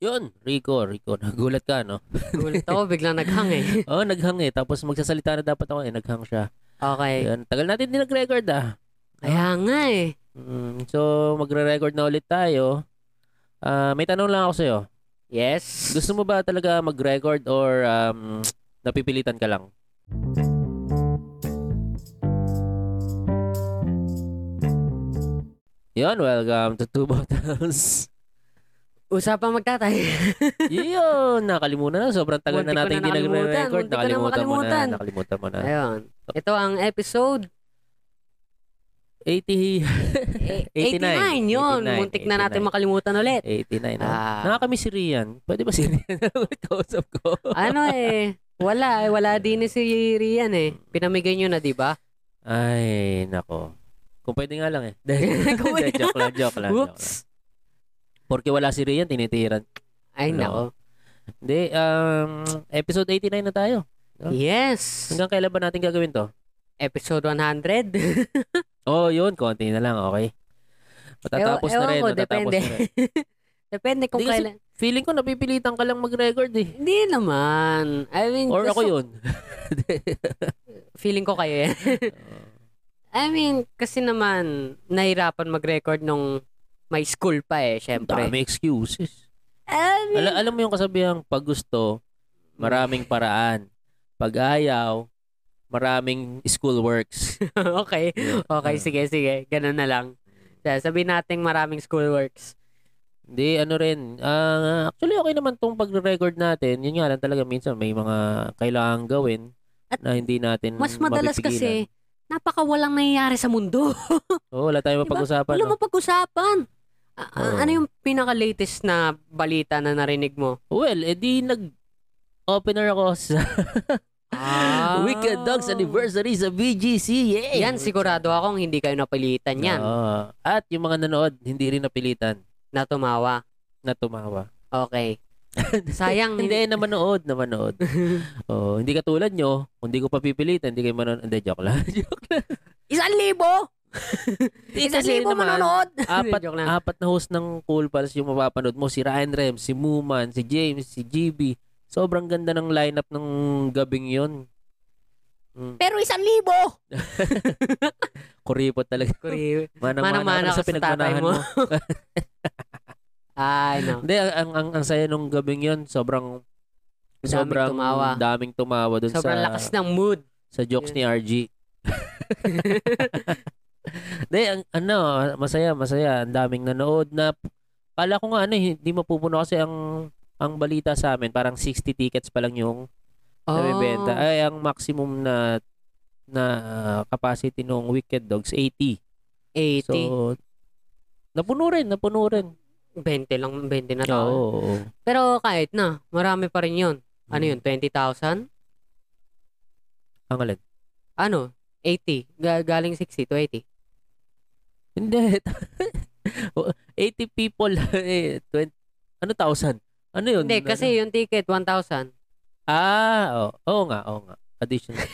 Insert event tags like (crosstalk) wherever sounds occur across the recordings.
Yun, Rico, Rico. (laughs) Nagulat ka, no? Gulat ako, (laughs) biglang naghang eh. Oo, naghang eh. Tapos magsasalita na dapat ako eh. Naghang siya. Okay. Yun. Tagal natin din nag-record ah. Kaya nga eh. Mm, so, magre-record na ulit tayo. Ah, may tanong lang ako sa'yo. Yes. Gusto mo ba talaga mag-record or um, napipilitan ka lang? Yun, welcome to Two Bottles. (laughs) Usapang magtatay. (laughs) Yun, nakalimutan na. Sobrang tagal Muntik na ko natin na hindi nakalimutan, nagre-record. muntik ko na Nakalimutan mo na. makalimutan. Nakalimutan mo na. Ayun. Ito ang episode 80, eh, 89. 89. Yun. 89, Muntik na natin 89. makalimutan ulit. 89 na. Ah, Nakakamiss si Rian. Pwede ba si Rian? (laughs) Kausap ko. ano eh. Wala eh. Wala din eh si Rian eh. Pinamigay nyo na, di (laughs) ba? Ay, nako. Kung pwede nga lang eh. Dahil, (laughs) Kung (laughs) pwede. joke lang, joke lang. joke lang. Whoops. Porque wala si Rian, tinitiran. Ay, Ano? nako. Hindi, um, episode 89 na tayo. Ano? Yes. Hanggang kailan ba natin gagawin to? Episode 100. Oh, yun. Konti na lang, okay. Matatapos Ewan- na rin. ewan ko, matatapos depende. na rin. (laughs) Depende kung Hindi kasi- kailan. Feeling ko napipilitan ka lang mag-record eh. Hindi naman. I mean, Or gusto- ako yun. feeling ko kayo yan. (laughs) I mean, kasi naman, nahirapan mag-record nung may school pa eh, Ang syempre. Um, dami excuses. I mean, Ala- alam mo yung kasabihang pag gusto, maraming paraan. Pag ayaw, maraming school (laughs) works. (laughs) okay. Okay, Mm. sige, sige. Ganun na lang. Sa- Sabihin natin maraming schoolworks. Hindi, ano rin. ah, actually, okay naman tong pagre-record natin. Yun nga lang talaga, minsan may mga kailangan gawin At na hindi natin Mas madalas Mm, mapipigilan. kasi, napakawalang nangyayari sa mundo. (laughs) Oo, wala tayong Diba? mapag-usapan. Wala no? mapag-usapan. A- a- Oo. Ano yung pinaka-latest na balita na narinig mo? Well, edi nag-opener ako sa (laughs) (laughs) Ah. Wicked Dogs Anniversary sa BGC. Yay! Yan, sigurado akong hindi kayo napilitan yan Oo. At yung mga nanood, hindi rin napilitan na tumawa. na tumawa. (laughs) Okay. Sayang. Hindi, na manood, na (laughs) manood. Oo, Oh, hindi katulad nyo, kung hindi ko papipilitan, hindi kayo manonood. Hindi, joke lang. joke lang. Isang libo! Isang Kasi libo naman, manonood! Apat, Joke lang. apat na host ng Cool Pals yung mapapanood mo. Si Ryan Rem, si Muman, si James, si GB. Sobrang ganda ng lineup ng gabing yun. Mm. Pero isang libo! Kuripot talaga. (laughs) Manang-mana Manang-mana ka ka sa tatay mo. Ay, no. Hindi, ang, ang, ang, ang saya nung gabing yun, sobrang sobrang tumawa. daming tumawa dun Sobrang sa lakas ng mood. sa jokes ni RG. (laughs) Hindi, ang, ano, masaya, masaya. Ang daming nanood na, kala ko nga ano, eh, hindi mapupuno kasi ang ang balita sa amin, parang 60 tickets pa lang yung Oh. nabibenta. Ah. Ay, ang maximum na na ah, capacity ng Wicked Dogs, 80. 80. So, napuno rin, napuno rin. 20 lang, 20 na Oo. tao. oo. Pero kahit na, marami pa rin yun. Ano Mm. yun, 20,000? Ang alin. Ano? 80. Ga- galing 60 to 80. Hindi. (laughs) 80 people, (laughs) eh, 20, ano, thousand? Ano yun? Hindi, kasi yung ticket, (laughs) 1,000. Ah, oo oo nga, oo nga. Additional.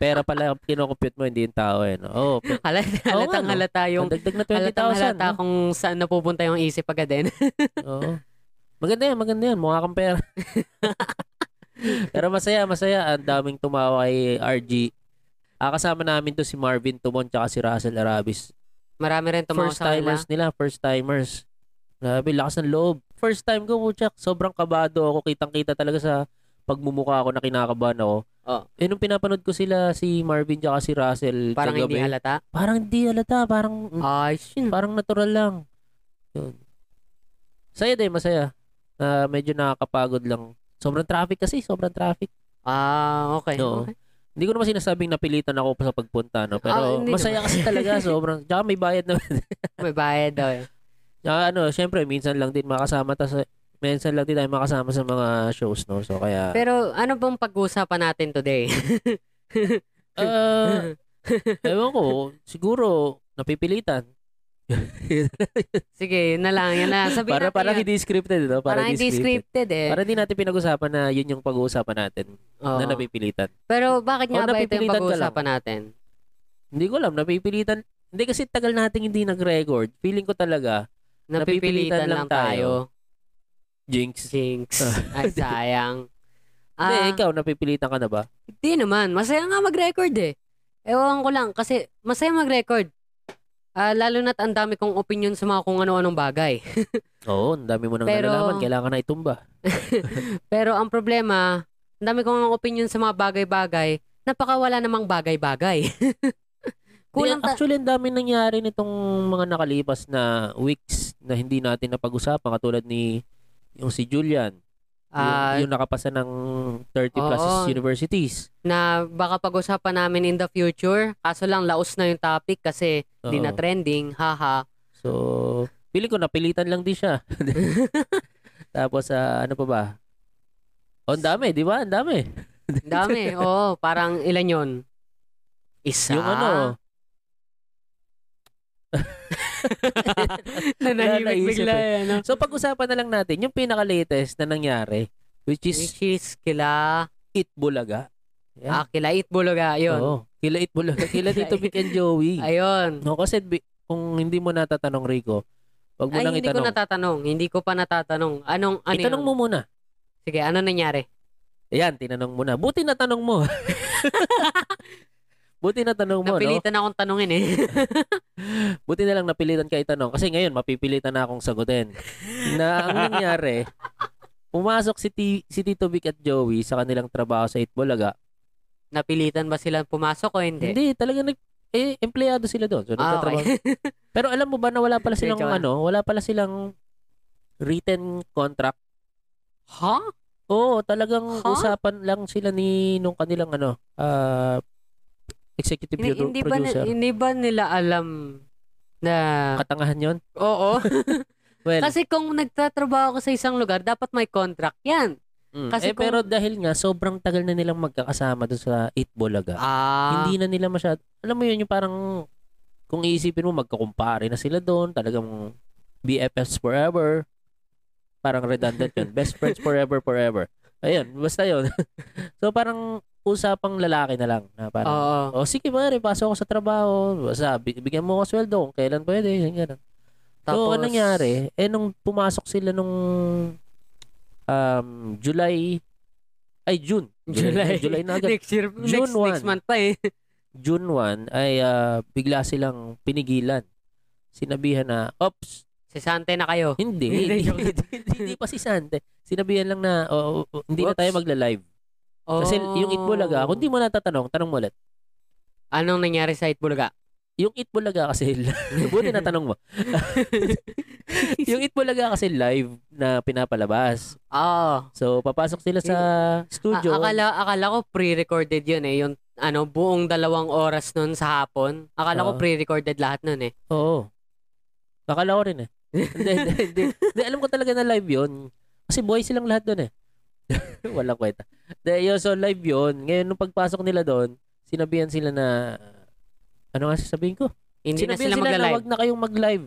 Pera pala ang kinocompute mo, hindi yung tao eh. No? Oo, pe- Halata, Oo nga, halatang no? halata (laughs) yung... dagdag na Halatang 20,000. halata no? kung saan napupunta yung isip agad din. (laughs) Oo. Maganda yan, maganda yan. Mukha kang pera. Pero masaya, masaya. Ang daming tumawa kay RG. Ah, kasama namin to si Marvin Tumon tsaka si Russell Arabis. Marami rin tumawa First sa kanila. timers nila, first timers. Grabe, lakas ng loob. First time ko, Muchak. Sobrang kabado ako. Kitang-kita talaga sa pagmumukha ako na kinakabahan ako. Oo. Eh, nung pinapanood ko sila, si Marvin tsaka si Russell. Parang hindi Oh. kagabi, halata. Parang hindi halata, parang Ay, shin. parang natural lang. Yun. Saya din, masaya. Ah, medyo nakakapagod lang. Sobrang traffic kasi, sobrang traffic. Ah, okay. Oo. okay. Hindi ko naman sinasabing napilitan ako pa sa pagpunta, no? Ah, Pero hindi masaya naman. kasi (laughs) talaga, sobrang. Tsaka may bayad na. May bayad daw eh. Tsaka ano, syempre, minsan lang din makasama ta sa minsan lang din tayo makasama sa mga shows, no? So, kaya... Pero ano bang pag-uusapan natin (laughs) today? ah, ewan ko, siguro, napipilitan. Sige, yun na lang. Yun na. lang. Sabihin Para, natin parang yun. hindi scripted, no? parang hindi scripted eh. Para di natin pinag-usapan na yun yung pag-uusapan natin Oo. na napipilitan. Pero bakit Oh, nga ba ito napipilitan yung ka pag-uusapan natin? Hindi ko alam, napipilitan. Hindi kasi tagal nating hindi nag-record. Feeling ko talaga, Napipilitan, Napipilitan lang lang tayo. tayo. Jinx. (laughs) Jinx. Ay, sayang. Hindi, Ah, ikaw, napipilitan ka na ba? Hindi naman. Masaya nga mag-record eh. Ewan ko lang kasi masaya mag-record. Ah, lalo na't ang dami kong opinion sa mga kung ano-anong bagay. Oo, ang dami mo nang Pero- nalalaman. Kailangan na itumba. Pero ang problema, ang dami kong opinion sa mga bagay-bagay, napakawala namang bagay-bagay. (laughs) Kulang Kulang ta- actually, ang dami nangyari nitong mga nakalipas na weeks na hindi natin napag-usapan. Katulad ni yung si Julian. ah, yung, yung nakapasa ng 30 plus Oo. universities. na baka pag-usapan namin in the future. Kaso lang, laos na yung topic kasi Oo. hindi na trending. Haha. So, pili ko napilitan lang din (laughs) siya. Tapos ah, ano pa ba? Oh, ang dami, di ba? Ang dami. Ang (laughs) Dami. Oo, parang ilan yon Isa. Yung (laughs) ano, Nanahimik Wala, naisip bigla eh. eh. Ano? so pag-usapan na lang natin yung pinaka-latest na nangyari which is Which is kila, It Bulaga. ah, Yan. kila Itbulaga. Yun. Oo. Kila It Bulaga. Kila (laughs) Tito Vic and Joey. Ayun. No, kasi bi- kung hindi mo natatanong, Rico, wag mo Ay, nang hindi ko itanong. natatanong. Hindi ko pa natatanong. Anong, ano itanong yun? mo muna. Sige, ano nangyari? Ayan, tinanong mo na. Buti natanong (laughs) mo. Buti natanong mo, Ano, no? Napilitan akong tanongin eh. Buti na lang napilitan ka itanong kasi ngayon mapipilitan na akong sagutin. na ang (laughs) nangyari, pumasok si, T- si Tito Vic at Joey sa kanilang trabaho sa Itbolaga. Napilitan ba sila pumasok o hindi? Hindi, talaga nag eh, empleyado sila doon. So, Ah, nagtatrabaho. okay. Pero alam mo ba na wala pala silang Teka lang. ano, wala pala silang written contract. ha? Oo, talagang Huh? usapan lang sila ni nung kanilang ano, ah, executive Hindi, produ- hindi, ba, ni- producer. hindi ba nila alam na... Katangahan yon Oo. (laughs) Well, Kasi kung nagtatrabaho ka sa isang lugar, dapat may contract yan. mm, eh, kasi pero dahil nga sobrang tagal na nilang magkakasama doon sa Itbolaga. Ah, hindi na nila masyado. Alam mo yun, yung parang kung iisipin mo, magkakumpare na sila doon. Talagang BFFs forever. Parang redundant yun. Best friends forever, forever. Ayun, basta yun. (laughs) so parang usapang lalaki na lang. Na parang, oh, Oo. sige pare, pasok ako sa trabaho. Basta, bi- bigyan mo ako sweldo kung kailan pwede. Yung ganun. So, Tapos, anong nangyari? Eh, nung pumasok sila nung um, July, ay, June. (laughs) July. (laughs) July na agad. Next year, June next, next 1. month pa eh. June 1 ay ah, bigla silang pinigilan. Sinabihan na, ops, Si Sante na kayo. hindi, (laughs) hindi, Hindi, joke. hindi, (laughs) hindi pa si Sante. Sinabihan lang na, "Oh, oh, oh, hindi na Whoops. tayo magla-live. Kasi yung Oh. Itbulaga, kung di mo natatanong, tanong mo ulit. Anong nangyari sa Itbulaga? Yung Itbulaga kasi, (laughs) buti na (laughs) tanong mo. yung Itbulaga kasi live na pinapalabas. Oo. So, papasok sila sa A- studio. Ah, akala, akala ko pre-recorded yun eh. Yung ano, buong dalawang oras nun sa hapon. Akala ko Oo. pre-recorded lahat nun eh. Oo. Akala ko rin eh. Hindi, hindi, hindi. Hindi, alam ko talaga na live yun. Kasi buhay silang lahat doon eh. (laughs) Walang kwenta. Hindi, yun, so live yun. Ngayon, nung pagpasok nila doon, sinabihan sila na, ano nga sasabihin ko? Hindi na sinabihan sila sila na magla-live. wag na kayong mag-live.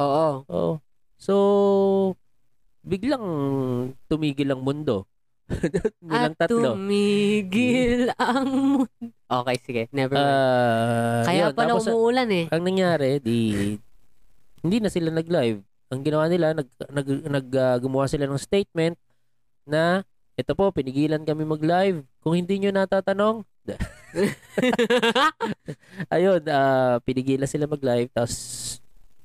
Oo. Oo. So, biglang tumigil ang mundo. (laughs) Nilang At tatlo. Hmm. tumigil ang mundo. Okay, sige. Never mind. Ah, Kaya yun. pala Tapos, umuulan (laughs) eh. ang nangyari, di hindi na sila nag-live. Ang ginawa nila, nag, nag, nag ah, gumawa sila ng statement na ito po, pinigilan kami mag-live. Kung hindi nyo natatanong, (laughs) ayun, ah, pinigilan sila mag-live. Tapos,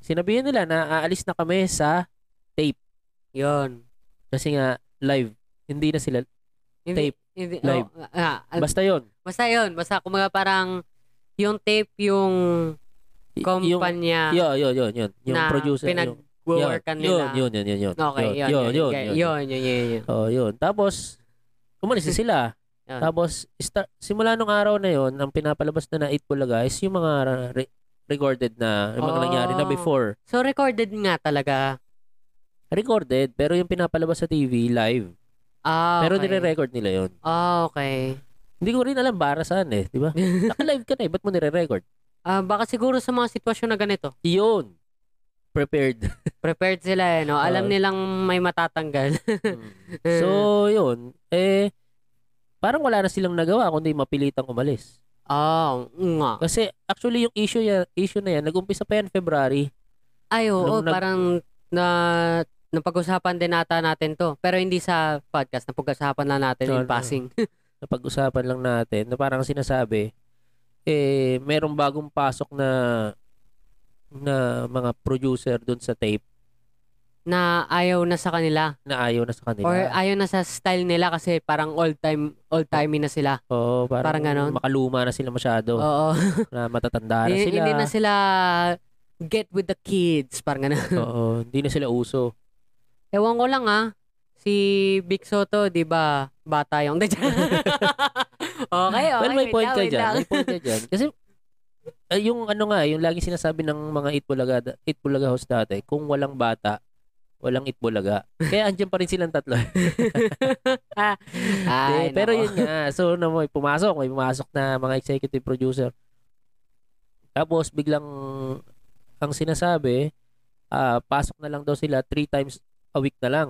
sinabihan nila na aalis na kami sa, Yun. kasi nga, live. Hindi na sila, Hindi, hindi, Live. oh, ah, ah, basta yun. basta yun. Basta kumaga parang yung tape, yung Y- Yung, kumpanya yun, yun, yun, yun. Yung na producer. yung, pinag-workan yun, nila. yun, yun, yun, yun. Okay, yun. Yun, yun, yun. Yun, yun, yun, yun. Oh, yun. Tapos, umalis (laughs) na sila. Yun. Tapos, sta- simula nung araw na yon ang pinapalabas na na 8 Bulaga is yung mga re- recorded na, yung mga Oh. nangyari na before. So, recorded nga talaga. Recorded, pero yung pinapalabas sa TV, live. Ah, Pero okay. nire-record nila yon Ah, okay. Hindi ko rin alam para saan eh, di (laughs) ba? Naka-live ka na eh, ba't mo nire-record? Ah, baka siguro sa mga sitwasyon na ganito, Yun. (laughs) Prepared. prepared sila eh, no? Alam Oo. nilang may matatanggal. Ah. (laughs) so, Mm. yun. Eh, parang wala na silang nagawa kundi mapilitang umalis. (laughs) Ah, nga. Kasi actually yung issue, yan, issue na yan, nag-umpisa pa yan February. Ay, oo, Nung nag- parang na napag-usapan din nata natin to. Pero hindi sa podcast, napag-usapan lang natin No, in no. passing. (laughs) napag-usapan lang natin na parang sinasabi eh merong bagong pasok na na mga producer doon sa tape na ayaw na sa kanila na ayaw na sa kanila. or ayaw na sa style nila kasi parang old time old timey na sila. Oo, parang, parang ganon. makaluma na sila masyado, Oo. na matatanda na Oh. Hindi- sila. Hindi na sila get with the kids, parang ganun. (laughs) Oo, hindi na sila uso. Ewan ko lang ah. Si Big Soto, 'di ba? Bata (laughs) yung (laughs) okay, okay. Well, may wait point lang, ka wait dyan. (laughs) lang. May point ka (laughs) dyan. Kasi eh, yung ano nga, yung lagi sinasabi ng mga Itbulaga, Itbulaga host dati, kung walang bata, walang Itbulaga. Kaya andyan pa rin silang tatlo. (laughs) Ay, Hindi, pero nako. yun nga. So, na may pumasok, may pumasok na mga executive producer. Tapos, biglang ang sinasabi, ah, pasok na lang daw sila three times a week na lang.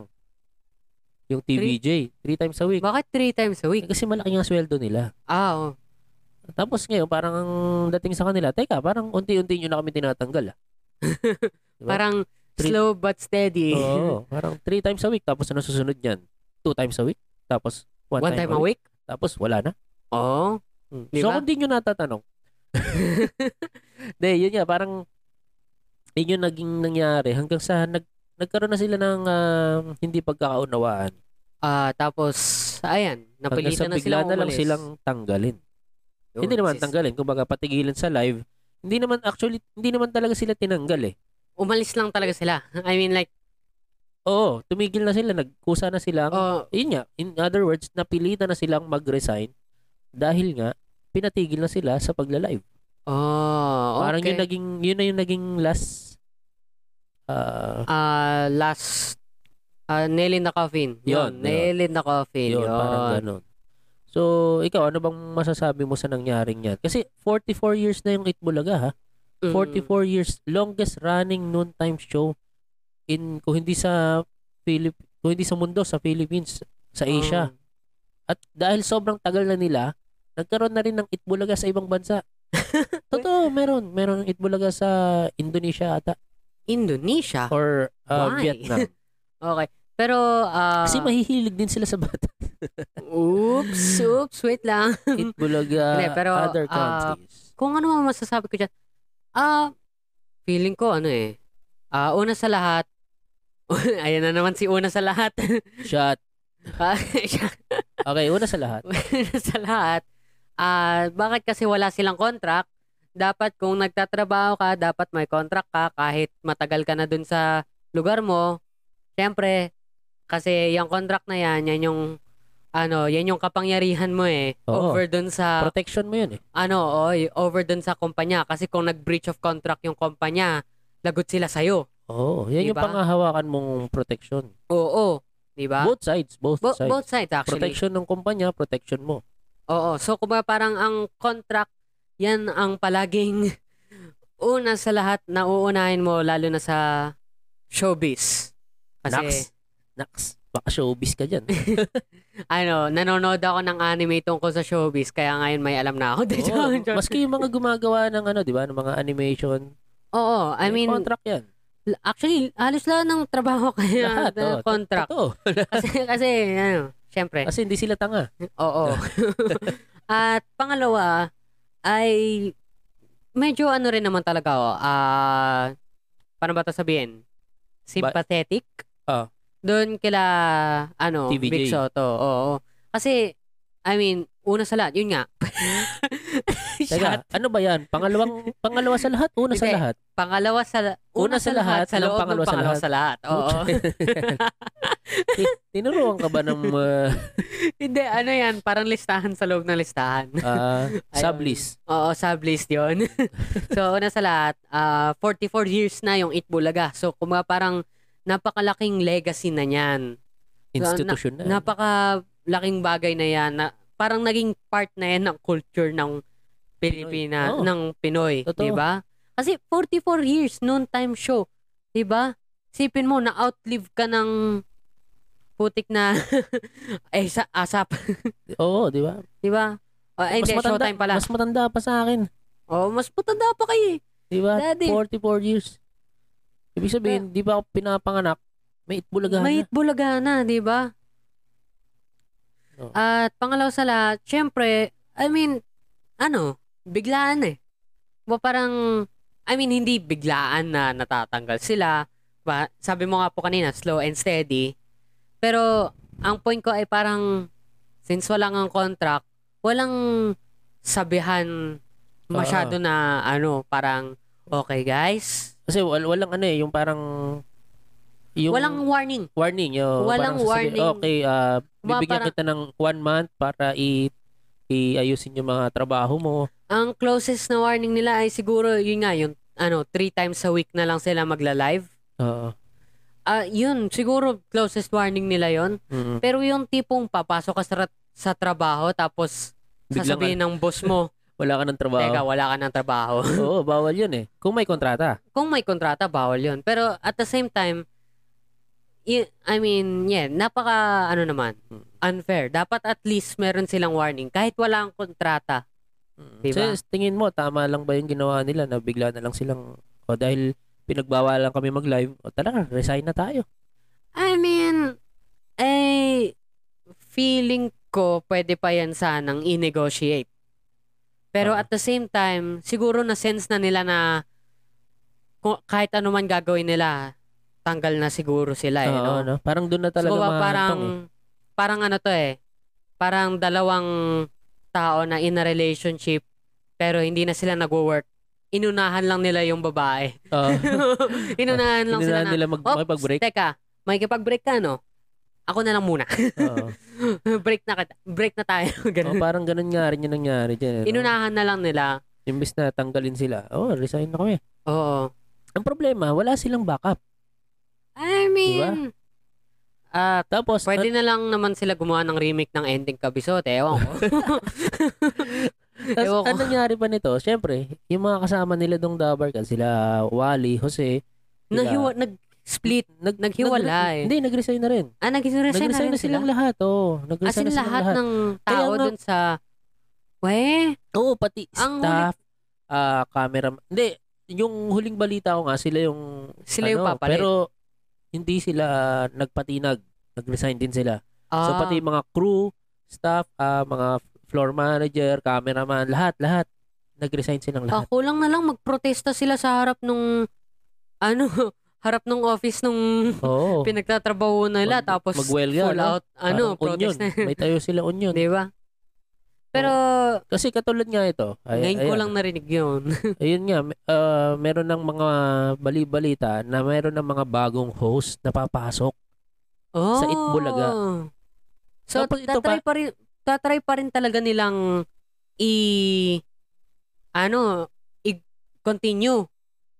Yung TVJ, three times a week. Bakit three times a Eh, week? Kasi malaki nga sweldo nila. Ah, oo. Tapos ngayon, parang ang dating sa kanila, teka, parang unti-unti nyo na kami tinatanggal. ah." Diba? Parang Three- slow but steady. (laughs) Oo, parang three times a week. Tapos ano susunod yan? Two times a week. Tapos one, One time a week? Tapos wala na. Oo. Mm. Di So, ba? kung di nyo natatanong. (laughs) Hindi, yun nga, parang yun yung naging nangyari hanggang sa nag, nagkaroon na sila ng ah, hindi pagkakaunawaan. Ah, tapos, ayan, Hanggang sa napilitan na bigla silang na lang umalis. silang tanggalin. Yun, hindi naman sis- tanggalin, kumbaga patigilan sa live. Hindi naman actually, hindi naman talaga sila tinanggal eh. Umalis lang talaga sila. (laughs) I mean like, Oo, tumigil na sila, nagkusa na sila. oh, Yun nga, in other words, napilitan na silang mag-resign dahil nga, pinatigil na sila sa pagla-live. oh Parang yun okay. naging yun na yung naging last ah Ah, last, ah, nail in the coffin. Yun, Yun, nail in the coffin. yun, Yun, parang ganun. So, ikaw ano bang masasabi mo sa nangyaring yan? Kasi 44 years na yung Itbulaga ha. Mm. 44 years longest running noontime show in kung hindi sa Philip kung hindi sa mundo sa Philippines, sa Asia. Oh. At dahil sobrang tagal na nila, nagkaroon na rin ng Itbulaga sa ibang (laughs) bansa. Totoo, meron. Meron ng Itbulaga sa Indonesia ata Indonesia? or ah, Why? (laughs) Vietnam. Okay. Pero, ah, Kasi mahihilig din sila sa (laughs) bata. oops, oops, wait lang. (laughs) Itbulaga, Hindi, pero, other ah, countries. Kung ano ang masasabi ko dyan, ah, feeling ko ano eh, ah, una sa lahat, (laughs) ayan na naman si una sa lahat. (laughs) Shot. Ah, siya. Okay, una sa (laughs) lahat. sa lahat, ah, bakit kasi wala silang contract? Dapat kung nagtatrabaho ka, dapat may contract ka kahit matagal ka na dun sa lugar mo. Siyempre, kasi yung contract na yan, yan yung ano, yan yung kapangyarihan mo eh. Oo. Over dun sa Protection mo yun eh. ano, oy, over dun sa kumpanya kasi kung nag-breach of contract yung kumpanya, lagot sila sa'yo. Oo, yan yung Diba? pangahawakan mong protection. Oo, 'di ba? Both sides, both Bo- sides. both sides actually. protection ng kumpanya, protection mo. Oo. So, kumbaga parang ang contract, yan ang palaging (laughs) una sa lahat na uunahin mo, lalo na sa showbiz. Kasi, Naks. Naks. Baka showbiz ka dyan. ano, nanonood ako ng anime tungkol sa showbiz, kaya ngayon may alam na ako. (laughs) Di, Oo, (laughs) joke, joke. maski yung mga gumagawa ng ano, di ba, ng mga animation. Oo, I may mean, contract yan. actually, halos lahat ng trabaho kaya Lahat, oo. na contract. (laughs) Totoo. Kasi, kasi, ano, syempre. Kasi hindi sila tanga. Oo. At pangalawa ay medyo ano rin naman talaga ako. Ah, paano ba 'to sabihin? Sympathetic? Ah. Doon kila ano, TVJ. Big Soto. Oo. Kasi I mean, una sa lahat, yun nga. Shot. Teka, ano ba yan? (laughs) Pangalawang, pangalawa sa lahat, una sa Hindi. lahat. Pangalawa sa una, sa lahat, sa ng loob ng pangalawa pangalawa, sa sa lahat. Oo. (laughs) (laughs) Tinuruan ka ba ng uh, Hindi, ano yan, parang listahan sa loob ng listahan. ah, sublist? Oo, sublist yun. (laughs) so, una sa lahat, ah, 44 years na yung Itbulaga. So, kumbaga parang napakalaking legacy na niyan. institution na. Napakalaking bagay na yan. Na, parang naging part na yan ng culture ng Pilipina, Oo. ng Pinoy. Totoo. di ba? Kasi 44 years, noon time show. di ba? Sipin mo, na-outlive ka ng putik na (laughs) eh, sa asap. Oo, di ba? di ba? Oh, eh, hindi, showtime pala. Mas matanda pa sa akin. oh, mas putanda pa kayo eh. Di ba? Daddy. 44 years. Ibig sabihin, di ba ako pinapanganak? May itbulaga May Bulagana, di ba? Oo. At pangalaw sa lahat, syempre, I mean, ano, biglaan eh. Ba parang, I mean, hindi biglaan na natatanggal sila. Ba, sabi mo nga po kanina, slow and steady. Pero, ang point ko ay parang, since walang ang contract, walang sabihan masyado na, ano, parang, okay guys, Kasi wal- walang ano eh, yung parang... Yung walang warning. warning. Yung parang walang sasabihin, warning. Okay, ah, Ba, bibigyan parang- kita ng one month para i- iayusin yung mga trabaho mo. Ang closest na warning nila ay siguro yun nga yung ano, three times a week na lang sila magla-live. Oo. Ah, yun, siguro closest warning nila yon. Mm. Pero yung tipong papasok ka sa, ra- sa trabaho tapos Biglang ano, sasabihin ng boss mo, wala ka ng trabaho. teka, wala ka ng trabaho. (laughs) (laughs) Oo, bawal yun eh. Kung may kontrata. Kung may kontrata, bawal yon. Pero at the same time, y- I mean, yeah, napaka ano naman, Mm. unfair. Dapat at least meron silang warning kahit wala ang kontrata. Diba? So, tingin mo, tama lang ba yung ginawa nila na bigla na lang silang, o dahil pinagbawalan kami mag-live, o tara, resign na tayo. I mean, eh, feeling ko pwede pa yan sanang i-negotiate. Pero Oo. at the same time, siguro na-sense na nila na kung- kahit ano man gagawin nila, tanggal na siguro sila eh. Oo, no? no? Parang doon na So, talaga ba, mahahantong parang, eh. parang ano to eh, parang dalawang tao na in a relationship pero hindi na sila nagwo-work. Inunahan lang nila yung babae. (laughs) eh. Oo. Inunahan lang sila Hindi na, na nila mag- Ops, (laughs) makipag-break. Teka, makikipag-break ka, no? Ako na lang muna. (laughs) Oo. break na kita. Break na tayo. (laughs) Oo, Ganun. parang ganun nga rin yung nangyari dyan. eh, no? Inunahan na lang nila. Imbis na tanggalin sila, oh, resign na kami. Oo. Ang problema, wala silang backup. I Diba? mean, ah, Tapos, pwede na lang naman sila gumawa ng remake ng ending kabisote. (laughs) Ewan Diba? ko. Tas, Ewan ko. ang nangyari pa nito, syempre, yung mga kasama nila dong Dabarkan, sila Wally, Jose, sila- Naghiwa, nag-split. nag, Naghiwalay. Hindi, nag-resign na rin. Ah, eh. nag-resign na Nag-resign rin na sila. silang lahat, oo. As Nag-resign in, na silang lahat, lahat. ng Kaya tao nga- dun sa... Weh, Oo, pati Ang staff, ah camera, hindi, yung huling balita ko nga, sila yung, sila yung ano, papalit. pero hindi sila nagpatinag. Nag-resign din sila. Ah, So, pati mga crew, staff, ah, mga floor manager, cameraman, lahat, lahat. Nag-resign silang ah, lahat. kulang na lang magprotesta sila sa harap nung... (laughs) Ano, harap nung office nung (laughs) Oo. pinagtatrabaho Mag- nila tapos magwelga, full no? out ano Parang union. protest na May tayo sila union. 'di ba pero Kasi katulad nga ito. Ay, ngayon ko ayan. lang narinig (laughs) yun Ayun nga, me- ah, meron ng mga bali-balita na meron ng mga bagong host na papasok. oh. Itbulaga. so Tapos ito tatry pa rin tatry pa rin talaga nilang i ano i continue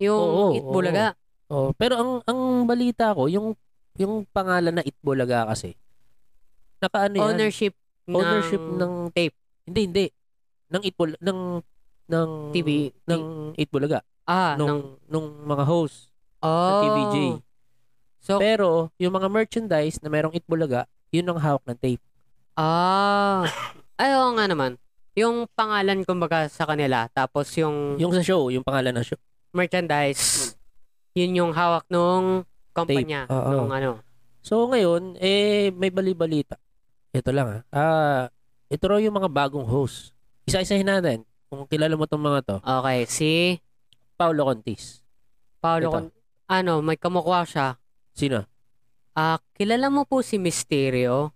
yung Oo, oo, Itbulaga Oh, pero ang ang balita ko, yung yung pangalan na Itbolaga kasi. Nakaano Ano yan? ownership Ownership ng tape. Hindi, hindi. Ng Itbol ng ng TV ng Itbolaga ah ng, nung nung mga host oh ng TVJ. so Pero yung mga merchandise na merong Itbolaga, yun ang hawak ng tape. ah ayo nga naman yung pangalan kumbaga sa kanila tapos yung Yung sa show, yung pangalan ng show. merchandise, yun yung hawak nung kumpanya. Tape, oo. Nung ano. So ngayon, eh may bali-balita. Ito lang ah. Ah, ito raw yung mga bagong host. Isa-isahin natin. Kung kilala mo tong mga to, Okay, si Paolo Contis. Ito. Paolo, Con- ano, may kamukha siya. Sino? Ah, kilala mo po si Mysterio?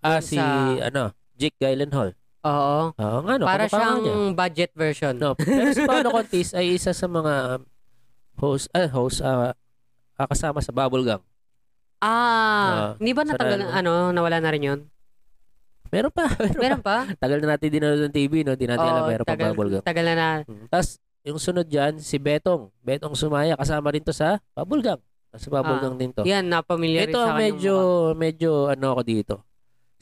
Ah, Yung si sa- ano, Jake Gyllenhaal. Oo. Oo nga no, Para kamukha nga siyang (laughs) niya. budget version. No, pero si Paolo Contis ay isa sa mga um, host, ah, host, ah, ah, kasama sa Bubblegum. Ah, Ah, hindi ba natanggal, sana- ano, nawala na rin yun? Meron pa, (laughs) meron, Meron pa? pa. Tagal na natin dinanood ng TV, no? Di natin alam, Oo, meron pa tagal, Bubblegum. tagal na na. Mm. Tapos, yung sunod dyan, si Betong. Betong Sumaya, kasama rin to sa Bubblegum. Sa Bubblegum din to. Yan, napamilyar Ah, rin Ito sa ang akin yung medyo, mukha. medyo ano ako dito.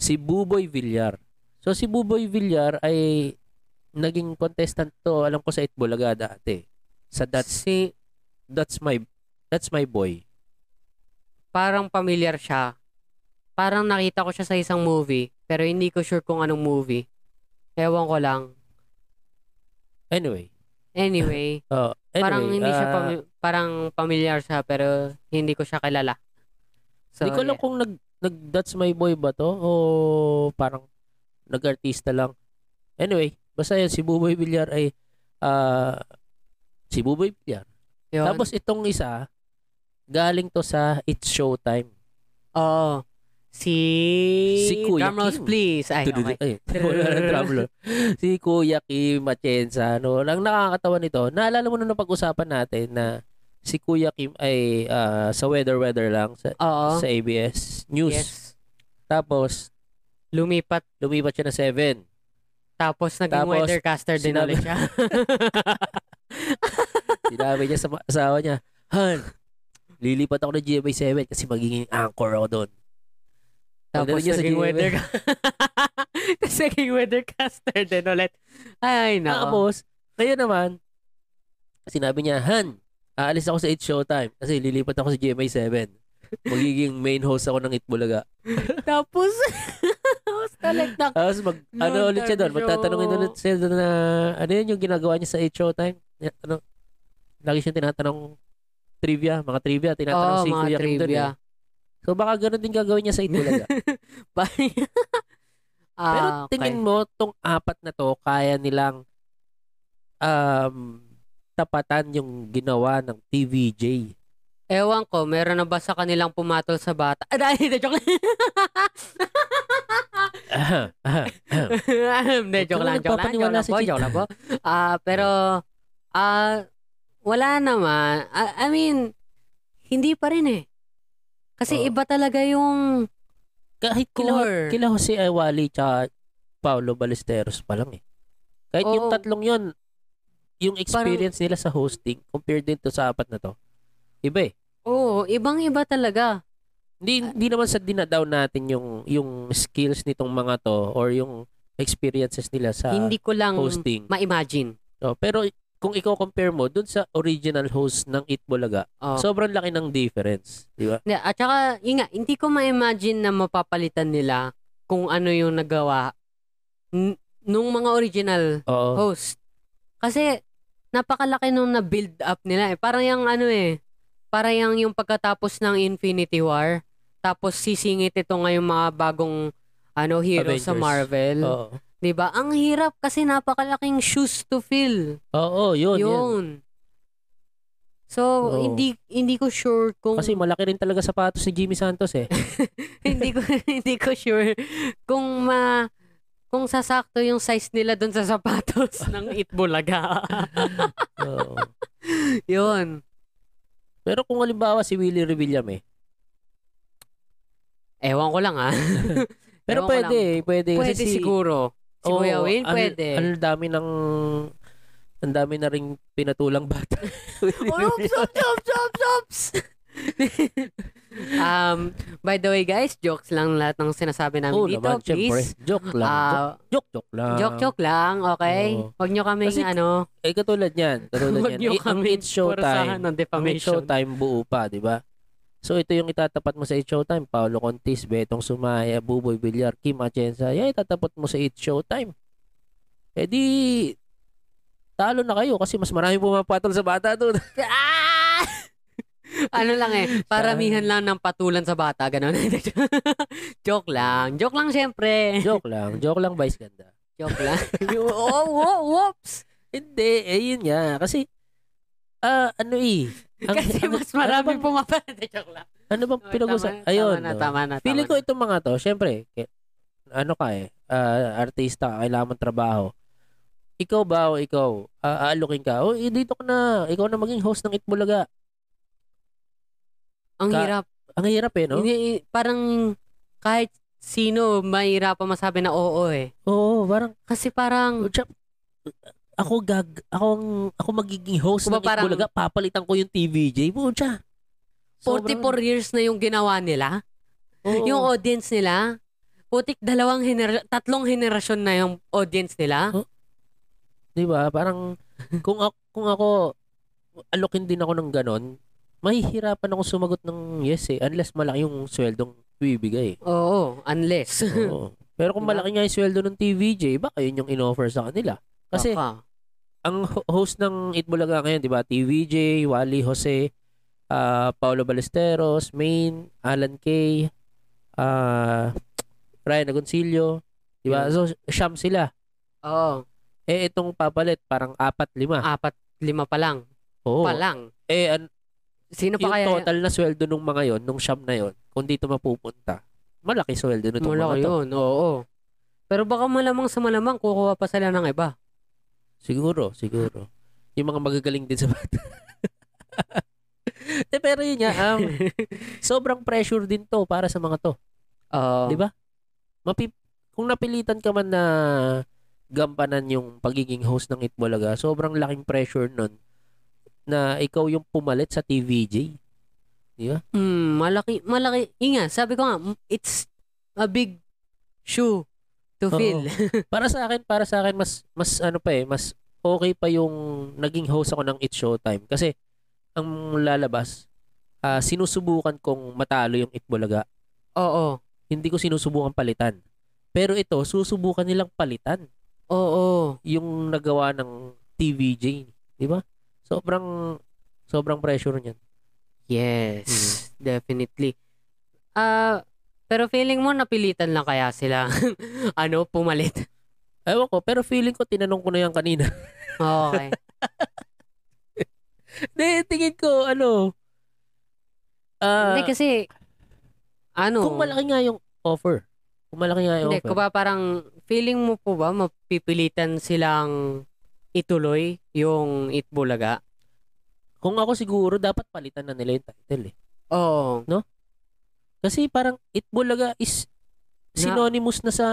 Si Buboy Villar. So, si Buboy Villar ay naging contestant to, alam ko sa Itbulaga dati. Sa That's, Si, that's my, that's my boy. parang pamilyar siya. Parang nakita ko siya sa isang movie, pero hindi ko sure kung anong movie. Ewan ko lang. Anyway, Anyway, Oh, anyway, parang hindi siya ah, pami- parang familiar siya pero hindi ko siya kilala. So, Hindi ko alam yeah. kung nag, nag That's My Boy ba to o parang nag-artista lang. Anyway, basta yan, si Buboy Villar ay ah, si Buboy Villar. Yun. Tapos itong isa, galing to sa It's Showtime. oo. si Si Kuya Drumrolls, Kim. please. Ay, okay. Ay, (laughs) wala na trouble. Si Kuya Kim Atienza, no? Ang nakakatawa nito, naalala mo na napag-usapan natin na si Kuya Kim ay ah, sa Weather Weather lang sa, Oo. sa ABS News. Oh. Yes. Tapos, Lumipat lumipat siya na 7. tapos naging Tapos, weathercaster din sinabi- ulit (laughs) siya. (laughs) Sinabi niya sa ma- asawa niya, Han, lilipat ako ng GMA 7 kasi magiging anchor ako doon. Pagdating Tapos niya sa E. naging GMA. weather (laughs) Tapos naging weathercaster din ulit. Ay, nako. (laughs) Tapos, ngayon naman, sinabi niya, Han, aalis ako sa 8 Showtime kasi lilipat ako sa GMA 7. Magiging main host ako ng Itbulaga. Tapos, (laughs) tapos talagang Tapos mag, Noon ano ulit siya doon? tayo. Magtatanungin ulit siya doon na, ano yun yung ginagawa niya sa 8 Showtime? Niya- Ano, lagi siya tinatanong trivia, mga trivia, tinatanong Oo, si mga Kuya Kim doon. trivia. Eh. So baka ganun din gagawin niya sa Itbulaga. (laughs) Bye. Pero Ah, tingin okay. mo, tong apat na to, kaya nilang um, tapatan yung ginawa ng TVJ. Ewan ko, meron na ba sa kanilang pumatol sa bata? (laughs) Ah, dahil, de, joke lang. Aha, aha, aha. Ahem, Huwag ka naman de, joke lang, joke lang, joke nagpapaniwala lang si po, Chit. joke lang po. Ah, pero, ah, wala naman. Ah, I mean, hindi pa rin eh. Kasi Oo. iba talaga yung (laughs) Kahit kila, core. kila Jose Wally tsaka Paolo Ballesteros pa lang eh. Kahit yung Oo. tatlong yon yung experience nila sa hosting compared din to sa apat na to, iba eh. Oo, ibang-iba talaga. Hindi, hindi naman sa dinadown natin yung yung skills nitong mga to or yung experiences nila sa hindi ko lang hosting. ma-imagine. Oh, pero i- kung ikaw compare mo dun sa original host ng Itbulaga, Oo. sobrang laki ng difference, di ba? Yeah, At saka, yun nga, hindi ko ma-imagine na mapapalitan nila kung ano yung nagawa n- nung mga original Oo. host. Kasi, napakalaki nung na-build up nila eh. Parang yung ano eh, parang yung, yung pagkatapos ng Infinity War, tapos sisingit ito ngayong mga bagong ano hero Avengers. sa Oh. Marvel. Oo. 'Di ba? Ang hirap kasi napakalaking shoes to fill. Oo, yun, yun. Yun. So, Oo. hindi hindi ko sure kung Oh. Kasi malaki rin talaga sapatos ni Jimmy Santos eh. (laughs) hindi ko (laughs) hindi ko sure kung ma kung sasakto yung size nila doon sa sapatos (laughs) ng (laughs) Itbulaga. Oo. Yun. Pero kung halimbawa si Willie Revilla eh. Ewan ko lang ah. Pero Ewan ko pwede, lang. eh, pwede. kasi Pwede si- siguro. Si Oo, Kuya Win, ang- pwede. Ang dami ng ang dami na ring pinatulang bata. (laughs) Oops, oops, oops, oops, oops! (laughs) um, by the way guys, jokes lang lahat ng sinasabi namin Oo dito, Oh, naman, syempre. please. Joke lang. Ah, joke, joke lang. Joke-joke lang, okay? Oo. Huwag nyo kaming Oh. Kasi- (laughs) ano, Eh, katulad yan. Katulad huwag yan. nyo Eh, ang kaming It's Showtime. purusahan ng May defamation. showtime buo pa, di ba? So ito yung itatapat mo sa 8 Showtime. Paolo Contis, Betong Sumaya, Buboy Villar, Kim Atienza. Yan itatapat mo sa 8 Showtime. Eh di, talo na kayo kasi mas marami pumapatol sa bata doon. Ah! (laughs) ano lang eh, paramihan lang ng patulan sa bata, ganun. (laughs) joke lang. Joke lang syempre. (laughs) joke lang. Joke lang, Vice (laughs) Ganda. Joke lang. oh, oh, whoops! Hindi, eh yun nga. Kasi, ah, ano eh. Ang- Kasi ang- mas (laughs) maraming ano bang, pumapatay. (laughs) Joke lang. ano bang Okay, pinag-usapan? tama na, Ayun. Tama na, no? tama na. Tama Feeling na. ko itong mga to, syempre, ke- ano ka eh, ah, artista, kailangan mong trabaho. Ikaw ba o ikaw, ah, aalukin ka, o eh, dito ka na, ikaw na maging host ng Itbulaga. Ang Ka- hirap. Ang hirap eh, no? Hindi- parang kahit sino, mahirapan masabi na oo eh. Oo, parang, Kasi parang, tsap, ako gag, ako, ang- ako magiging host Kumbaga ng parang- Itbulaga, papalitan ko yung TVJ mo, tsa. 44 years na yung ginawa nila. Oo. Yung audience nila, putik dalawang genera- tatlong henerasyon na yung audience nila. Di ba? Parang kung ako, kung ako alokin din ako ng ganon, mahihirapan ako sumagot ng yes eh unless malaki yung sweldong ibibigay. Oo, unless. Oo. Pero kung Diba? malaki nga yung sweldo ng TVJ, baka yun yung in-offer sa kanila. Kasi Baka. ang ho- host ng Eat Bulaga ngayon, 'di ba? TVJ, Wally Jose, ah Paolo Ballesteros, Main, Alan Kay, ah Ryan Agoncillo, 'di ba? Yeah. So siyam sila. Oo. Eh itong papalit parang apat lima. Apat, lima pa lang. Ah. Oo. Pa lang. Eh an, Sino yung Ano pa kaya? total na sweldo nung mga 'yon, nung siyam na 'yon, kung dito mapupunta. Malaki sweldo nitong Mula ko mga to. yun, oo. Pero baka malamang sa malamang, kukuha pa sila ng iba. Siguro, siguro. Yung mga magagaling din sa bata. (laughs) De, pero yun nga, um, sobrang pressure din to para sa mga to. Oo. Di ba? Mapi- kung napilitan ka man na gampanan yung pagiging host ng Itbolaga, sobrang laking pressure nun na ikaw yung pumalit sa TVJ. Mm, malaki, malaki. Inga, sabi ko nga, mm, it's a big shoe to Oo. fill. (laughs) Para sa akin, para sa akin mas mas ano pa eh, mas okay pa yung naging host ako ng It's Showtime kasi ang lalabas ah, sinusubukan kong matalo yung Itbolaga. Oo. Hindi ko sinusubukan palitan. Pero ito, susubukan nilang palitan Oo. yung nagawa ng TVJ, di ba? Sobrang sobrang pressure niyan. Yes, Hmm. definitely. Ah, pero feeling mo napilitan lang kaya sila (laughs) ano, (laughs) pumalit. Ewan ko, pero feeling ko tinanong ko na yan kanina. (laughs) Okay. Hindi, tingin ko, ano, ah, Hindi kasi ano? kung malaki nga yung offer. Kung malaki nga yung Hindi, offer. kung ba parang feeling mo po ba mapipilitan silang ituloy yung Itbulaga? Kung ako siguro, dapat palitan na nila yung title eh. Oo. Kasi parang Itbulaga is Na- synonymous na sa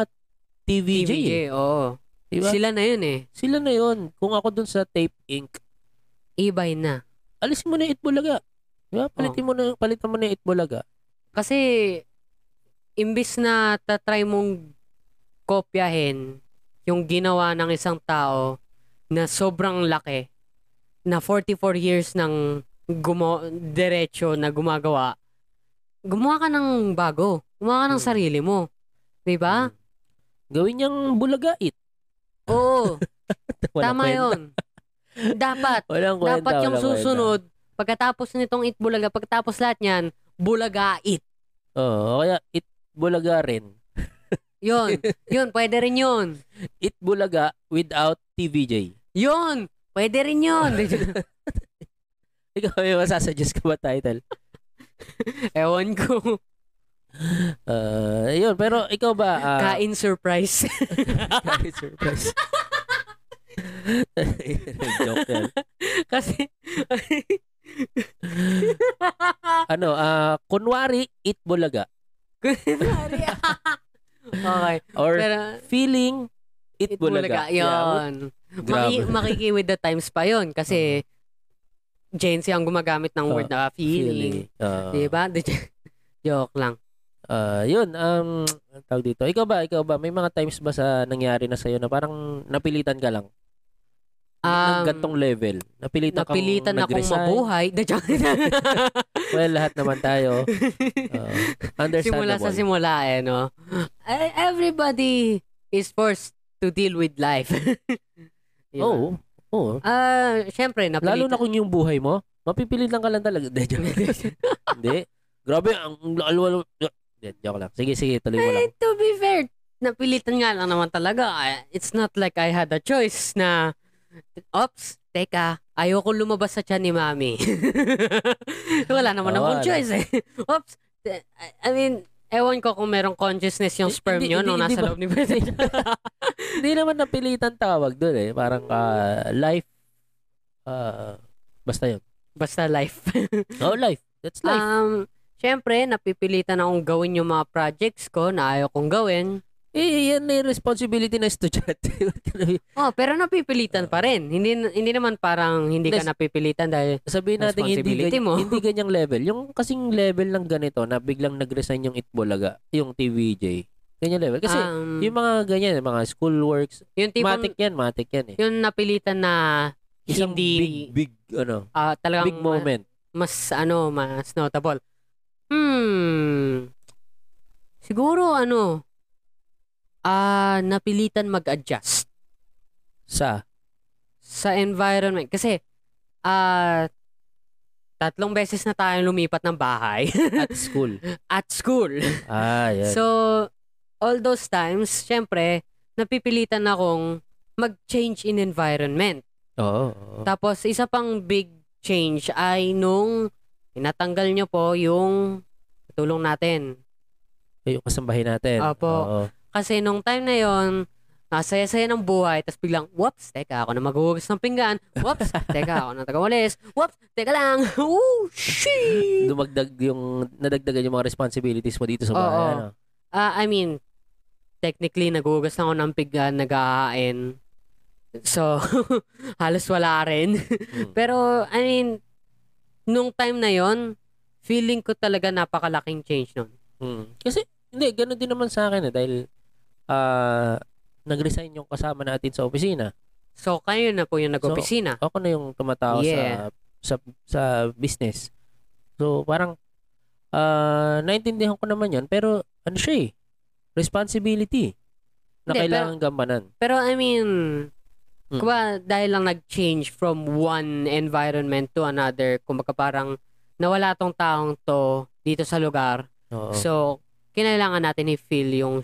TVJ. eh. TVJ, oo. Di ba? Sila na yun eh. Sila na yun. Kung ako dun sa Tape Inc., Ibay na. alisin mo na yung Itbulaga. Di ba? Palitin Oh. mo na, palitan mo na yung Itbulaga. Kasi imbis na tatry mong kopyahin yung ginawa ng isang tao na sobrang laki na 44 years ng gumo diretso na gumagawa gumawa ka ng bago gumawa ka ng Mm. sarili mo 'di ba Mm. Gawin niyang bulagait. Oo, (laughs) Hmm. Walang tama kwenta. yun. Dapat. (laughs) Walang kwenta. dapat yung walang kwenta. susunod, pagkatapos nitong it bulaga, pagkatapos lahat niyan, bulaga it. Oo, o kaya it bulaga rin. (laughs) Yun. yun, pwede rin yun. It bulaga without TVJ. Yun, pwede rin yun. (laughs) Ikaw may masasuggest ka ba title? (laughs) Ewan ko. Uh, yun, pero ikaw ba? ah, (laughs) Kain surprise. (laughs) Kain (laughs) surprise. Joke yan. Kasi, Ano, ah, kunwari, it bulaga. kunwari. (laughs) okay. Or Pero, feeling, it, it bulaga. bulaga. Yun. Yeah, Maki- grabe. makiki with the times pa yun. Kasi, Jane siya ang gumagamit ng word na feeling. Uh-huh. Uh, feeling. ah. Uh. Oo. Diba? (laughs) Di ba? Joke lang. Ah, yun, um, ang tawag dito. Ikaw ba, ikaw ba, may mga times ba sa nangyari na sa'yo na parang napilitan ka lang? ng Um, gantong level. Napilitan, napilitan kang akong nag-resign. mabuhay. The joke. (laughs) Well, lahat naman tayo. Uh, understandable. simula sa simula eh, no? Eh, Everybody is forced to deal with life. (laughs) Di Diba? ba? Oo. Oo. Ah, syempre, Oh. napilitan. Lalo na kung yung buhay mo, mapipilitan ka lang talaga. (laughs) Hindi, joke. Hindi. Grabe, ang ang alwal. Hindi, joke lang. Sige, sige, tuloy mo lang. Eh, (laughs) to be fair, napilitan nga lang naman talaga. Ah, It's not like I had a choice na, oops, teka, ayoko lumabas sa tiyan ni mami. (laughs) Wala naman Oo, akong alam. choice eh. (laughs) Oops, te- I- I mean, ewan ko kung merong consciousness yung Eh, sperm hindi- yun nung hindi- hindi ba- nasa loob ni President. (laughs) Hindi naman napilitan tawag doon eh. Parang ah, life. ah, basta yun. Basta life. Oh, life. That's (laughs) life. um, Siyempre, napipilitan akong gawin yung mga projects ko na ayaw kong gawin. eh, yan na yung responsibility ng estudyante. (laughs) Oh, pero napipilitan pa rin. Hindi hindi naman parang hindi ka Nes- napipilitan dahil Sabihin natin hindi, Responsibility ganyan, mo. hindi ganyang level. Yung kasing level ng ganito na biglang nag-resign yung Itbolaga, yung TVJ. Ganyan level. Kasi um, yung mga ganyan, yung mga school works, Yung tipong, matik yan, matik yan eh. yung napilitan na Isang hindi, big, big, ano, ah, talagang big moment. ma- mas, ano, mas notable. Hmm. Siguro, ano, ah, napilitan mag-adjust Sa, sa environment. Kasi, ah, tatlong beses na tayong lumipat ng bahay (laughs) At school. at school. Ah, yan. So, all those times, syempre, napipilitan akong mag-change in environment. oo. oo. Tapos, isa pang big change ay nung inatanggal nyo po yung tulong natin. Ay, Eh, yung kasambahin natin. Opo. Oo. Kasi nung time na yon nasaya-saya ng buhay, tapos biglang, whoops, teka, ako na maghuhugas ng pinggan. Whoops, teka, ako na tagawalis. Whoops, teka lang. (laughs) Ooh, shit! Dumagdag yung, nadagdagan yung mga responsibilities mo dito sa bahay. Oo. ano? Ah, I mean, technically, naghuhugas ako ng pinggan, nag-aain. So, (laughs) halos wala rin. (laughs) Mm. Pero, I mean, nung time na yon feeling ko talaga napakalaking change nun. Mm. Hmm. Kasi, hindi, ganun din naman sa akin eh. Dahil, ah, nag-resign yung kasama natin sa opisina. So, kayo na po yung nag-opisina. Ako na yung tumatawa Yeah. sa, sa, sa business. So, parang, ah, naintindihan ko naman yun. Pero, ano siya eh, responsibility na Hindi, kailangan gampanan. Pero, I mean, Mm. kumbaga, dahil lang nag-change from one environment to another, kumbaga parang nawala tong taong to dito sa lugar. Oo. So, kinailangan natin i-fill yung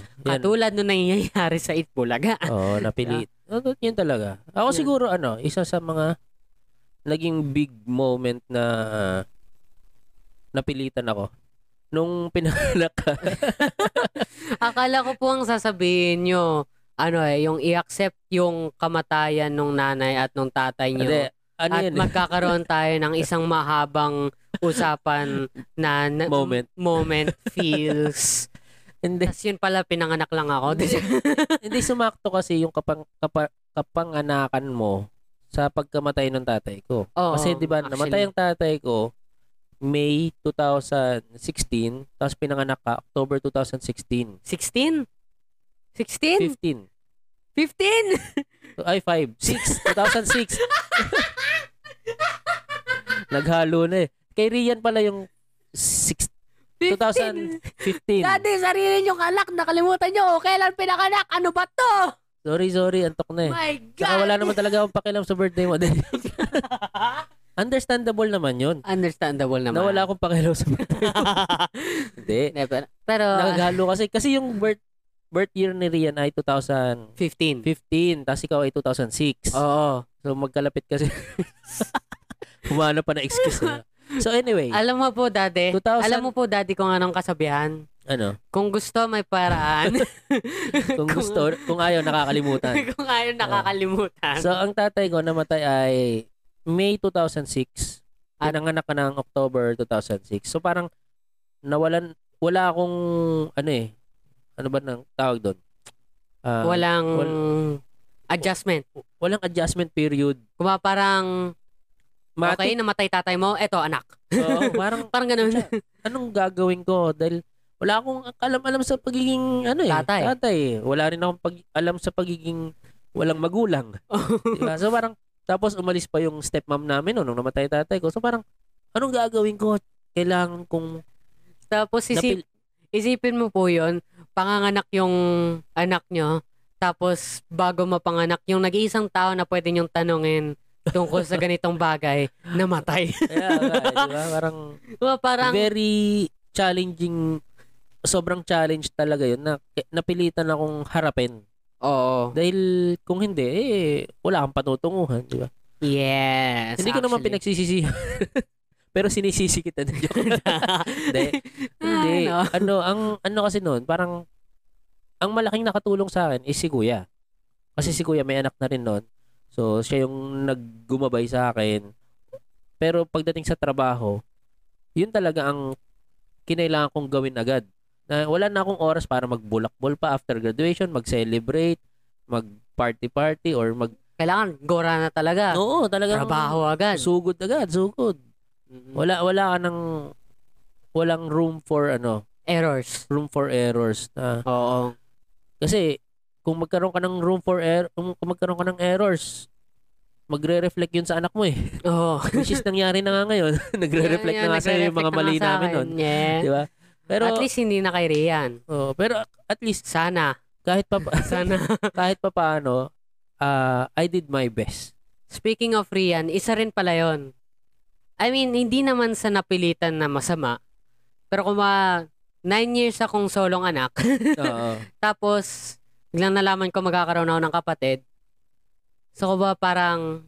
Oo. Oh. Yan. Katulad nung nangyayari (laughs) sa Itbulaga. Oo, napilit. Oo, yun talaga. Ako Yun. siguro ano, isa sa mga naging big moment na ah, napilitan ako nung (laughs) pinanganak ka. Akala ko po ang sasabihin nyo, ano eh, yung i-accept yung kamatayan nung nanay at nung tatay nyo. Hindi, ano at yun? magkakaroon tayo ng isang mahabang usapan na, na- Moment. moment (laughs) feels. (laughs) Hindi, Tapos yun pala, pinanganak lang ako. hindi sumakto kasi yung kapang, kapa, kapanganakan mo sa pagkamatay ng tatay ko. Oo, Kasi 'di ba, namatay ang tatay ko May 2016, tapos pinanganak ka October 2016. actually. 16? 16? 15. 15? Ay, 5. 6. 2006. Naghalo na eh. Kay Rian pala yung six- 15? 2015. Dati, sarili niyong anak, nakalimutan niyo. "Oh, Kailan pinanganak? Ano ba to? Sorry, sorry. Antok na eh. My God! Saka wala naman talaga akong pakialam sa birthday (laughs) mo. Understandable naman yun. Understandable naman. Nawala akong pakialam sa birthday. (laughs) Hindi. Hindi, pero, pero Naghalo kasi. Kasi yung birth, birth year ni Rian ay 2015. 15. Tapos ikaw ay 2006. Oo. So magkalapit (laughs) kasi. Humano pa na excuse na. So anyway. Alam mo po, dati. 2000 Alam mo po, dati, kung anong kasabihan. ano? Kung gusto, may paraan. Kung gusto, kung ayaw, nakakalimutan. kung ayaw, nakakalimutan. Ah. So, ang tatay ko namatay ay May 2006. At- Pinanganak Ah, ka ng October 2006. So, parang nawalan, wala akong, ano eh, ano ba nang tawag doon? Ah, walang wal- adjustment. walang adjustment period. Kuma parang, okay, Matik, namatay tatay mo, eto anak. oo, parang, Parang ganun. Tsaka, anong gagawin ko? Dahil, wala akong alam-alam sa pagiging, ano eh, Tatay. eh. Wala rin akong pag- alam sa pagiging walang magulang. Diba? So parang, tapos umalis pa yung stepmom namin no, nung namatay tatay ko. So parang, anong gagawin ko? Kailangan kong... Tapos isip, napil- isipin mo po yun, panganganak yung anak nyo, tapos bago mapanganak yung nag-iisang tao na pwede nyong tanungin tungkol sa ganitong bagay, namatay. (laughs) Kaya nga, eh, diba? Parang, Kuma parang, very challenging, sobrang challenge talaga yun na eh, napilitan akong harapin. oo. Dahil kung hindi, eh, wala kang patutunguhan, di ba? Yes, hindi ko naman actually. pinagsisisi. (laughs) Pero sinisisi kita na joke. (laughs) Hindi. Hindi. Ah, ano, ang ano kasi noon, parang ang malaking nakatulong sa akin is si Kuya. Kasi si Kuya may anak na rin noon. So, siya yung naggumabay sa akin. Pero pagdating sa trabaho, yun talaga ang kinailangan kong gawin agad. Na wala na akong oras para magbulakbol pa after graduation, mag-celebrate, mag-party-party, or mag... Kailangan, gora na talaga. Oo, talagang... Ah, Trabaho agad. Sugod agad, sugod. Mm-mm. Wala, wala ka ng... Walang room for ano, Errors. room for errors na Oo. Kasi kung magkaroon ka ng room for error, kung kung magkaroon ka ng errors, magre-reflect yun sa anak mo eh. (laughs) Oo. Which is nangyari na nga ngayon. (laughs) nagre-reflect Yan, na nga sa'yo yung mga nagre-reflect na mali nga sa namin akin. nun. Yeah. Di ba? Pero, At least hindi na kay Rian. oh, pero at least Sana. (laughs) kahit pa, (laughs) Sana. kahit pa paano, ah, I did my (laughs) best. Speaking of Rian, isa rin pala yon. I mean, hindi naman sa napilitan na masama. Pero kung ma, nine years akong solong anak, (laughs) Oo. tapos biglang nalaman ko magkakaroon ako ng kapatid. So ko ba parang,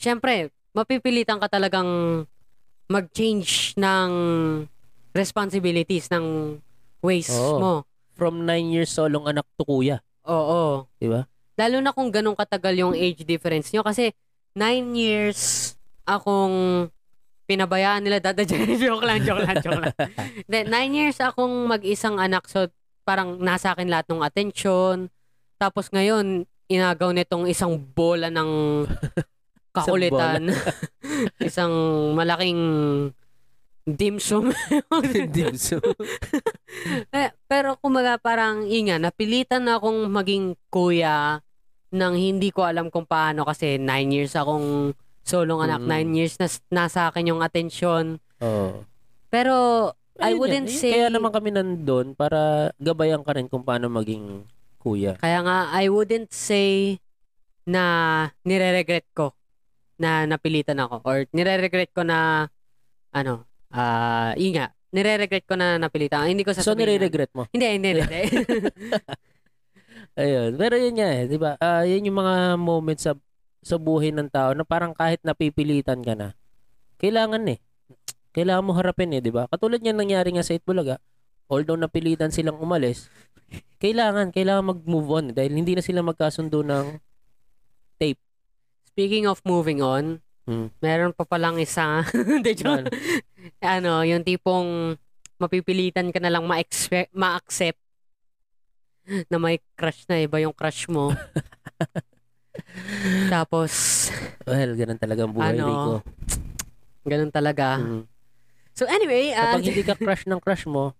syempre, mapipilitan ka talagang mag-change ng responsibilities, ng ways Oo. mo. From nine years solong anak to (laughs) kuya. Oo. Di ba? Lalo na kung ganun katagal yung age difference nyo. Kasi, nine years akong pinabayaan nila. Dada, (laughs) joke lang, joke lang, joke (laughs) lang. Hindi, nine years akong mag-isang anak. So, parang nasa akin lahat ng attention. Tapos ngayon, inagaw nitong isang bola (laughs) ng kakulitan. (laughs) isang malaking dim sum. Dim sum. Eh, pero kumaga parang inga, napilitan na akong maging kuya nang hindi ko alam kung paano kasi nine years akong solong anak, Mm. nine years na nasa akin yung atensyon. Oo. Pero I Ayun wouldn't yan. Ayun, say- Kaya naman kami nandun para gabayan ka rin kung paano maging kuya. kaya nga I wouldn't say na nire-regret ko na napilitan ako or nire-regret ko na ano, ah, yun nga, nire-regret ko na napilitan. Hindi ko So, sasabihin. yan. nire-regret mo. Hindi, hindi, (laughs) hindi. Ayun. Pero yun nga eh, di ba? Ah, yun yung mga moments sa, sa buhay ng tao na parang kahit napipilitan ka na, kailangan eh. Kailangan mo harapin eh, di ba? Katulad yan nangyari nga sa Itbulaga, although napilitan silang umalis, kailangan, kailangan mag-move on eh, dahil hindi na sila magkasundo ng Speaking of moving on, Mm. meron pa palang isa. (laughs) Hindi, (laughs) joke. ano, yung tipong mapipilitan ka na lang ma-expe- ma-accept na may crush na iba yung crush (laughs) mo. Tapos, well, ganun talaga ang buhay, Ano? Rico. ganun talaga. Mm. So anyway, ah, Kapag hindi ka crush ng crush mo,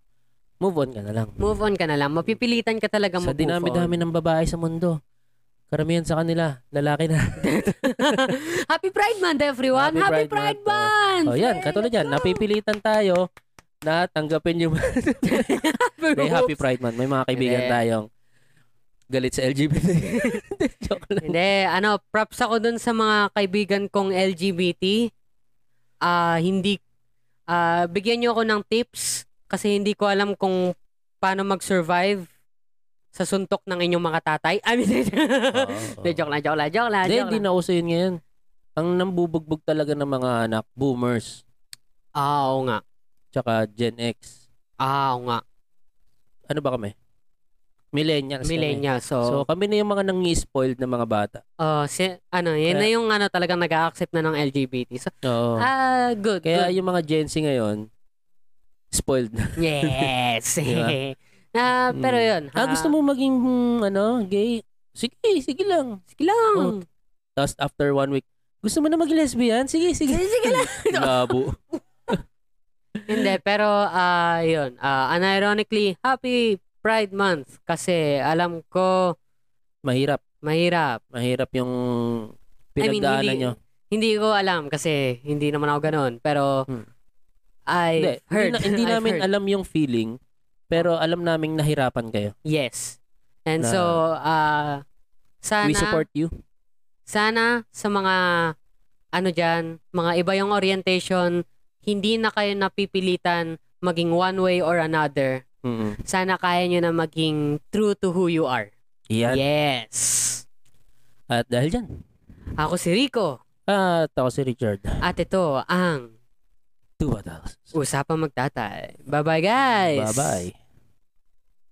move on ka na lang. move on ka na lang. Mapipilitan ka talaga Sa mag-move on. dinami-dami ng babae sa mundo, karamihan sa kanila, lalaki (laughs) na. Happy Pride Month, everyone! Happy, Happy Pride, Pride Month! O Oh, yan, katulad yan, napipilitan tayo na tanggapin (laughs) yung may Happy Pride Month. May mga kaibigan Hindi. tayong galit sa (laughs) LGBT. Joke lang. (laughs) Hindi, ano, props ako dun sa mga kaibigan kong LGBT. Ah, hindi ah bigyan niyo ako ng tips kasi hindi ko alam kung paano mag-survive sa suntok ng inyong mga tatay. (laughs) I mean, Oo, oo. hindi, joke lang, joke lang, joke lang, Hindi, joke hindi lang. na uso yun ngayon. Ang nambubugbog talaga ng mga anak, boomers, Ah, oo nga. tsaka Gen X. Ah, oo nga. Ano ba kami? Millennials. kami. Millennial, so, So, kami na yung mga nangi-spoiled na mga bata. oh, si, ano, Kaya- yan na yung ano, talagang nag-accept na ng LGBT. So, Oo. ah, good, Kaya good. yung mga Gen Z ngayon, spoiled na. Yes. Diba? (laughs) Ah, pero Mm. yun. Ah, gusto mo maging, mm, ano, gay? Sige, sige lang. Sige lang. Oh, Tapos after one week, gusto mo na maging lesbian? Sige, sige. (laughs) sige lang. Labo. Hindi, pero ah, yun. Ah, unironically, happy Pride Month kasi alam ko Mahirap. mahirap. Mahirap yung pinagdaanan hindi- nyo. Hindi ko alam kasi hindi naman ako ganun. Pero Hmm. Hindi, I hindi, heard. na- hindi (laughs) I've namin heard. alam yung feeling, pero alam naming nahirapan kayo. Yes. And Na- so, ah, sana, We support you. sana sa mga ano dyan, mga iba yung orientation, hindi na kayo napipilitan maging one way or another. mm Sana kaya nyo na maging true to who you are. Yan. Yes. At dahil dyan, Ako si Rico at ako si Richard. at ito ang Two battles. Usapang Magtatay. Bye-bye guys! Bye-bye.